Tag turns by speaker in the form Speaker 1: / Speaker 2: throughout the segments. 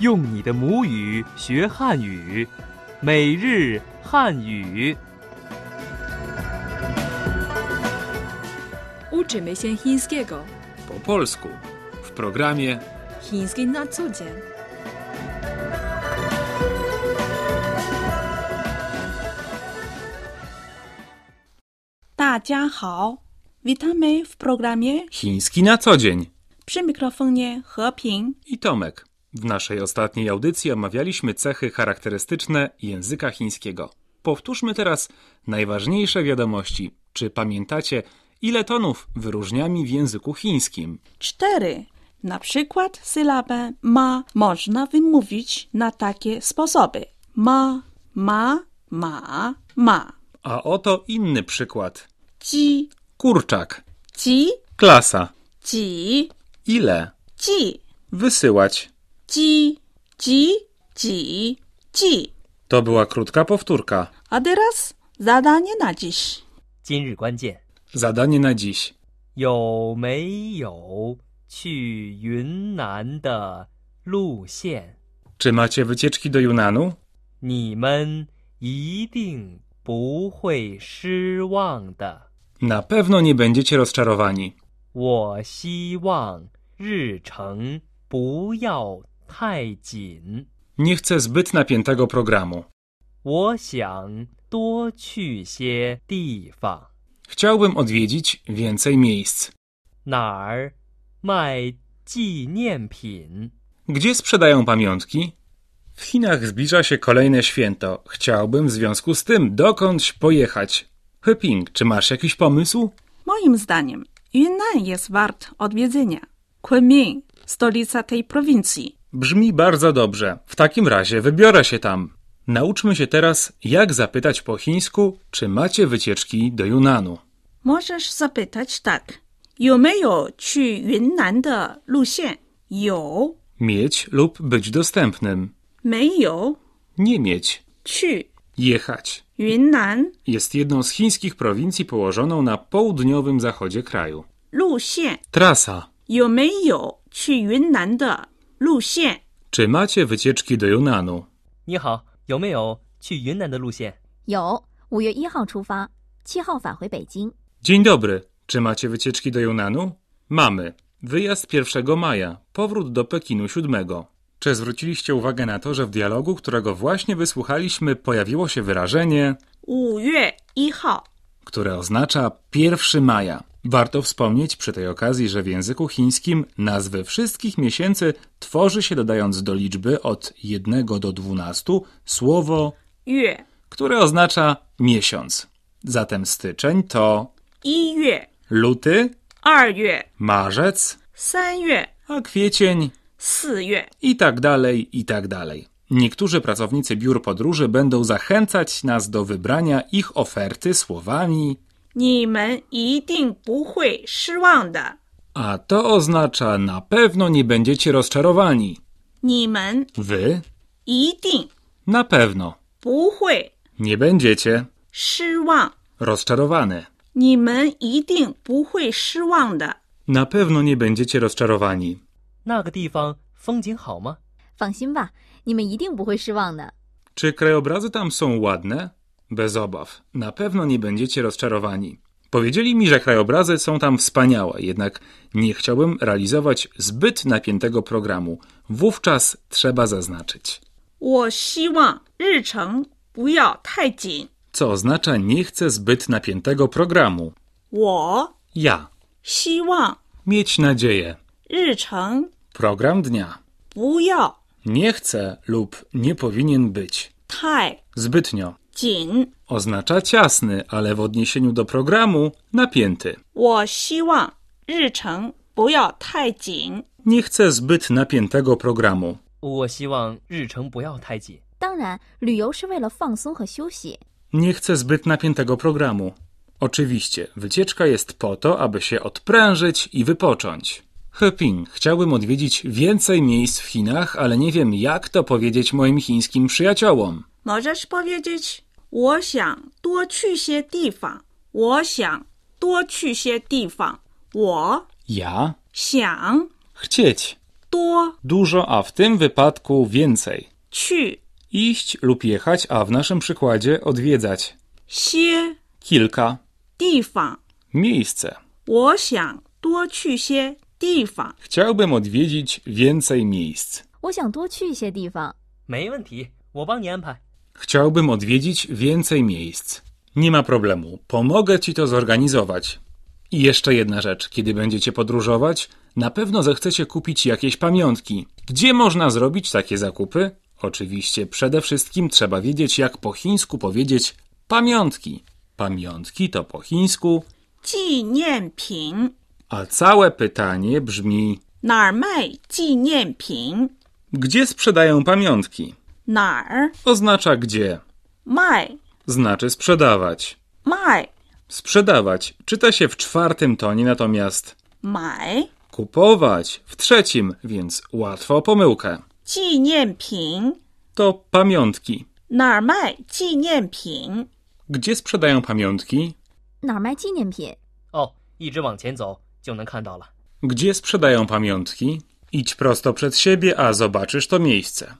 Speaker 1: 用你的母语学汉语，每日汉语。
Speaker 2: Uczymy się chińskiego.
Speaker 3: po polsku w programie
Speaker 2: Chiński na co dzień.
Speaker 4: Hao, Witamy w programie
Speaker 3: Chiński na co dzień
Speaker 4: przy mikrofonie Heping.
Speaker 3: i Tomek. W naszej ostatniej audycji omawialiśmy cechy charakterystyczne języka chińskiego. Powtórzmy teraz najważniejsze wiadomości. Czy pamiętacie, ile tonów wyróżnia mi w języku chińskim?
Speaker 4: 4. Na przykład sylabę ma można wymówić na takie sposoby. Ma, ma, ma, ma.
Speaker 3: A oto inny przykład.
Speaker 4: Ci,
Speaker 3: Kurczak.
Speaker 4: ci,
Speaker 3: Klasa.
Speaker 4: ci,
Speaker 3: Ile?
Speaker 4: ci,
Speaker 3: Wysyłać.
Speaker 4: ci, ci, ci, ci.
Speaker 3: To była krótka powtórka.
Speaker 4: A teraz zadanie na dziś.
Speaker 1: 今日关键
Speaker 3: Zadanie na dziś.
Speaker 1: 有没有去云南的路线？
Speaker 3: Czy macie wycieczki do Yunanu?
Speaker 1: 你们一定不会失望的。
Speaker 3: Na pewno nie będziecie rozczarowani.
Speaker 1: 我希望日程不要太紧，
Speaker 3: Nie chcę zbyt napiętego programu.
Speaker 1: 我想多去些地方。
Speaker 3: Chciałbym odwiedzić więcej miejsc.
Speaker 1: 哪儿卖纪念品？
Speaker 3: Gdzie sprzedają pamiątki? W Chinach zbliża się kolejne święto. Chciałbym w związku z tym dokądś pojechać. Hyping, czy masz jakiś pomysł?
Speaker 4: Moim zdaniem Yunnan jest wart odwiedzenia. Kunming, stolica tej prowincji.
Speaker 3: Brzmi bardzo dobrze. W takim razie wybiorę się tam. Nauczmy się teraz, jak zapytać po chińsku, czy macie wycieczki do Yunanu.
Speaker 4: Możesz zapytać tak. 有没有去云南的路线？有，没有
Speaker 3: Mieć lub być dostępnym. Nie mieć.
Speaker 4: 去
Speaker 3: Jechać.
Speaker 4: 云南
Speaker 3: Jest jedną z chińskich prowincji położoną na południowym zachodzie kraju.
Speaker 4: 路线
Speaker 3: Trasa.
Speaker 4: 有没有去云南的路线？
Speaker 3: Czy macie wycieczki do Yunanu?
Speaker 1: 你好，有没有去云南的路线？
Speaker 5: 有，五月一号出发，七号返回北京。
Speaker 3: Dzień dobry. Czy macie wycieczki do Yunanu? Mamy. Wyjazd 1 maja, powrót do Pekinu 7. Czy zwróciliście uwagę na to, że w dialogu, którego właśnie wysłuchaliśmy, pojawiło się wyrażenie,
Speaker 4: 五月一号，
Speaker 3: które oznacza 1 maja? Warto wspomnieć przy tej okazji, że w języku chińskim nazwy wszystkich miesięcy tworzy się dodając do liczby od 1 do 12 słowo
Speaker 4: 月
Speaker 3: które oznacza miesiąc. Zatem styczeń to
Speaker 4: 一月、
Speaker 3: luty,
Speaker 4: 二月、
Speaker 3: marzec,
Speaker 4: 三月、
Speaker 3: a kwiecień
Speaker 4: 四月。
Speaker 3: i tak dalej, i tak dalej. Niektórzy pracownicy biur podróży będą zachęcać nas do wybrania ich oferty słowami,
Speaker 4: 你们一定不会失望的，
Speaker 3: a to oznacza na pewno nie będziecie rozczarowani.
Speaker 4: 你们
Speaker 3: Wy
Speaker 4: 一定
Speaker 3: na pewno
Speaker 4: 不会
Speaker 3: nie będziecie
Speaker 4: 失望，
Speaker 3: rozczarowany.
Speaker 4: 你们一定不会失望的。
Speaker 3: Na pewno nie będziecie rozczarowani.
Speaker 1: 那个地方风景好吗？
Speaker 5: 放心吧，你们一定不会失望的。
Speaker 3: Czy krajobrazy tam są ładne? Bez obaw. Na pewno nie będziecie rozczarowani. Powiedzieli mi, że krajobrazy są tam wspaniałe, jednak nie chciałbym realizować zbyt napiętego programu. Wówczas trzeba zaznaczyć.
Speaker 4: 我希望日程不要太紧。
Speaker 3: Co oznacza nie chcę zbyt napiętego programu.
Speaker 4: 我
Speaker 3: Ja.
Speaker 4: 希望
Speaker 3: Mieć nadzieję.
Speaker 4: 日程
Speaker 3: Program dnia.
Speaker 4: 不要
Speaker 3: Nie chcę lub nie powinien być.
Speaker 4: 太
Speaker 3: Zbytnio.
Speaker 4: 紧。
Speaker 3: Oznacza ciasny, ale w odniesieniu do programu napięty.
Speaker 4: 我希望日程不要太紧。
Speaker 3: Nie chcę zbyt napiętego programu.
Speaker 1: 我希望日程不要太紧。
Speaker 5: 当然，旅游是为了放松和休息。
Speaker 3: Nie chcę zbyt napiętego programu. Oczywiście, wycieczka jest po to, aby się odprężyć i wypocząć. Heping, chciałbym odwiedzić więcej miejsc w Chinach, ale nie wiem jak to powiedzieć moim chińskim przyjaciołom.
Speaker 4: Możesz powiedzieć: 我想多去些地方。我想多去些地方。我
Speaker 3: Ja
Speaker 4: 想
Speaker 3: chcieć,
Speaker 4: 多多
Speaker 3: Dużo, a w tym wypadku więcej.
Speaker 4: 去
Speaker 3: Iść lub jechać, a w naszym przykładzie odwiedzać.
Speaker 4: 些
Speaker 3: Kilka.
Speaker 4: 地方。
Speaker 3: Miejsce.
Speaker 4: 我想多去些地方。
Speaker 3: Chciałbym odwiedzić więcej miejsc.
Speaker 5: 我想多去一些地方。
Speaker 1: 没问题，我帮你安排。
Speaker 3: Chciałbym odwiedzić więcej miejsc. Nie ma problemu, pomogę ci to zorganizować. I jeszcze jedna rzecz, kiedy będziecie podróżować, na pewno zechcecie kupić jakieś pamiątki. Gdzie można zrobić takie zakupy? Oczywiście przede wszystkim trzeba wiedzieć, jak po chińsku powiedzieć pamiątki. Pamiątki to po chińsku,
Speaker 4: 纪念品
Speaker 3: a całe pytanie brzmi:
Speaker 4: 哪儿卖纪念品？
Speaker 3: gdzie sprzedają pamiątki?
Speaker 4: 哪儿
Speaker 3: Oznacza gdzie,
Speaker 4: 卖
Speaker 3: znaczy sprzedawać.
Speaker 4: 卖
Speaker 3: Sprzedawać czyta się w czwartym tonie, natomiast
Speaker 4: 买
Speaker 3: kupować w trzecim, więc łatwo o pomyłkę.
Speaker 4: 纪念品？
Speaker 3: To pamiątki.
Speaker 4: 哪儿卖纪念品？
Speaker 3: Gdzie sprzedają pamiątki?
Speaker 5: 哪儿卖纪念品？
Speaker 1: 哦，一直往前走就能看到了。
Speaker 3: Gdzie sprzedają pamiątki? Idź prosto przed siebie, a zobaczysz to miejsce.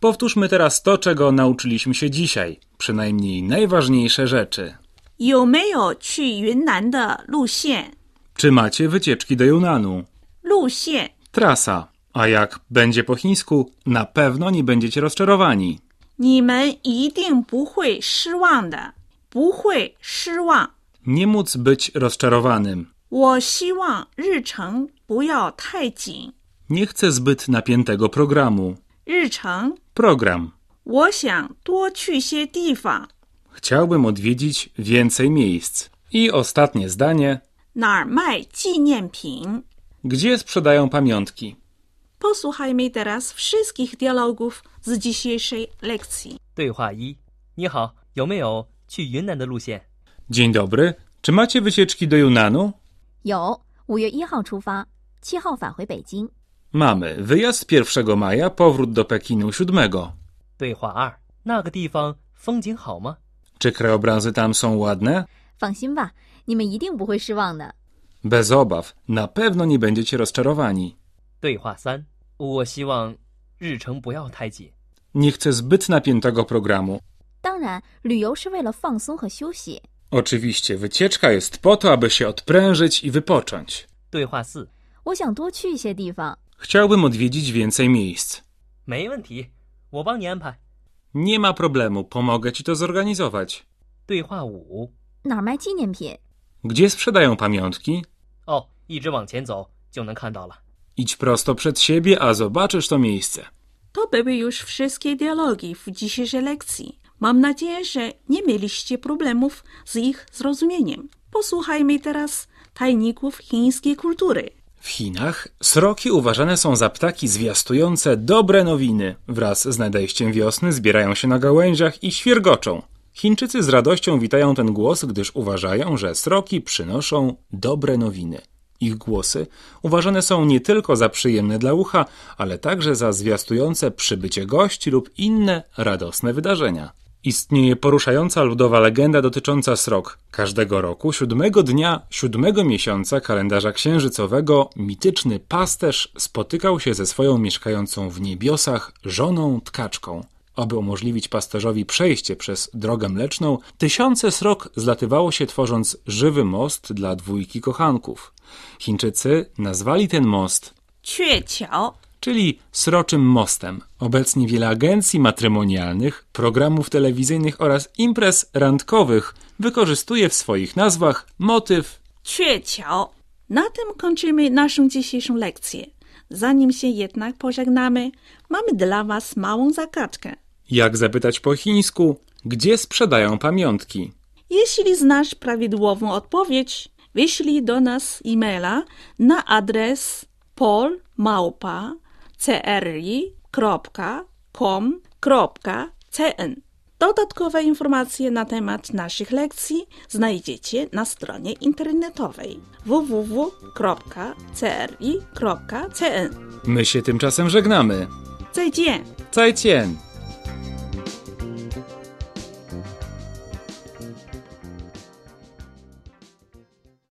Speaker 3: Powtórzmy teraz to, czego nauczyliśmy się dzisiaj, przynajmniej najważniejsze rzeczy.
Speaker 4: 有没有去云南的路线？
Speaker 3: Czy macie wycieczki do Yunanu?
Speaker 4: 路线，
Speaker 3: Trasa. A jak będzie po chińsku, na pewno nie będziecie rozczarowani.
Speaker 4: 你们一定不会失望的，不会失望。
Speaker 3: Nie móc być rozczarowanym.
Speaker 4: 我希望日程不要太紧，
Speaker 3: Nie chcę zbyt napiętego programu.
Speaker 4: 日程
Speaker 3: Program.
Speaker 4: 我想多去些地方，
Speaker 3: Chciałbym odwiedzić więcej miejsc. I ostatnie zdanie.
Speaker 4: 哪儿卖纪念品
Speaker 3: Gdzie sprzedają pamiątki?
Speaker 4: ？Posłuchajmy teraz wszystkich dialogów z dzisiejszej lekcji.
Speaker 1: 对话一：你好，有没有去云南的路线？
Speaker 3: Dzień dobry. Czy macie wycieczki do Yunanu?
Speaker 5: 有，五月一号出发，七号返回北京。
Speaker 3: Mamy. Wyjazd 1 maja, powrót do Pekinu 7.
Speaker 1: 对话二：那个地方风景好吗？
Speaker 3: Czy krajobrazy tam są ładne?
Speaker 5: 放心吧，你们一定不会失望的。
Speaker 3: Bez obaw. Na pewno nie będziecie rozczarowani.
Speaker 1: 对话三：我希望日程不要太紧。
Speaker 3: Nie chcę zbyt napiętego programu.
Speaker 5: 当然，旅游是为了放松和休息。
Speaker 3: Oczywiście, wycieczka jest po to, aby się odprężyć i wypocząć.
Speaker 1: 对话四：
Speaker 5: 我想多去一些地方。
Speaker 3: Chciałbym odwiedzić więcej miejsc.
Speaker 1: 没问题，我帮你安排。
Speaker 3: Nie ma problemu, pomogę ci to zorganizować.
Speaker 1: 对话五：
Speaker 5: 哪儿卖纪念品？
Speaker 3: Gdzie sprzedają pamiątki?
Speaker 1: 哦，一直往前走就能看到了。
Speaker 3: Idź prosto przed siebie, a zobaczysz to miejsce.
Speaker 4: To były już wszystkie dialogi w dzisiejszej lekcji. Mam nadzieję, że nie mieliście problemów z ich zrozumieniem. Posłuchajmy teraz tajników chińskiej kultury.
Speaker 3: W Chinach sroki uważane są za ptaki zwiastujące dobre nowiny. Wraz z nadejściem wiosny zbierają się na gałęziach i świergoczą. Chińczycy z radością witają ten głos, gdyż uważają, że sroki przynoszą dobre nowiny. Ich głosy uważane są nie tylko za przyjemne dla ucha, ale także za zwiastujące przybycie gości lub inne radosne wydarzenia. Istnieje poruszająca ludowa legenda dotycząca srok. Każdego roku, siódmego dnia, siódmego miesiąca kalendarza księżycowego, mityczny pasterz spotykał się ze swoją mieszkającą w niebiosach żoną tkaczką. Aby umożliwić pasterzowi przejście przez drogę mleczną, tysiące srok zlatywało się, tworząc żywy most dla dwójki kochanków. Chińczycy nazwali ten most
Speaker 4: 鹊桥。
Speaker 3: czyli Sroczym Mostem. Obecnie wiele agencji matrymonialnych, programów telewizyjnych oraz imprez randkowych wykorzystuje w swoich nazwach motyw
Speaker 4: 鹊桥。Na tym kończymy naszą dzisiejszą lekcję. Zanim się jednak pożegnamy, mamy dla Was małą zagadkę.
Speaker 3: jak zapytać po chińsku, gdzie sprzedają pamiątki.
Speaker 4: Jeśli znasz prawidłową odpowiedź, wyślij do nas e-maila na adres polmałpa.cri.com.cn. Dodatkowe informacje na temat naszych lekcji znajdziecie na stronie internetowej www.cri.cn.
Speaker 3: My się tymczasem żegnamy.
Speaker 4: 再见。
Speaker 3: Zajcien!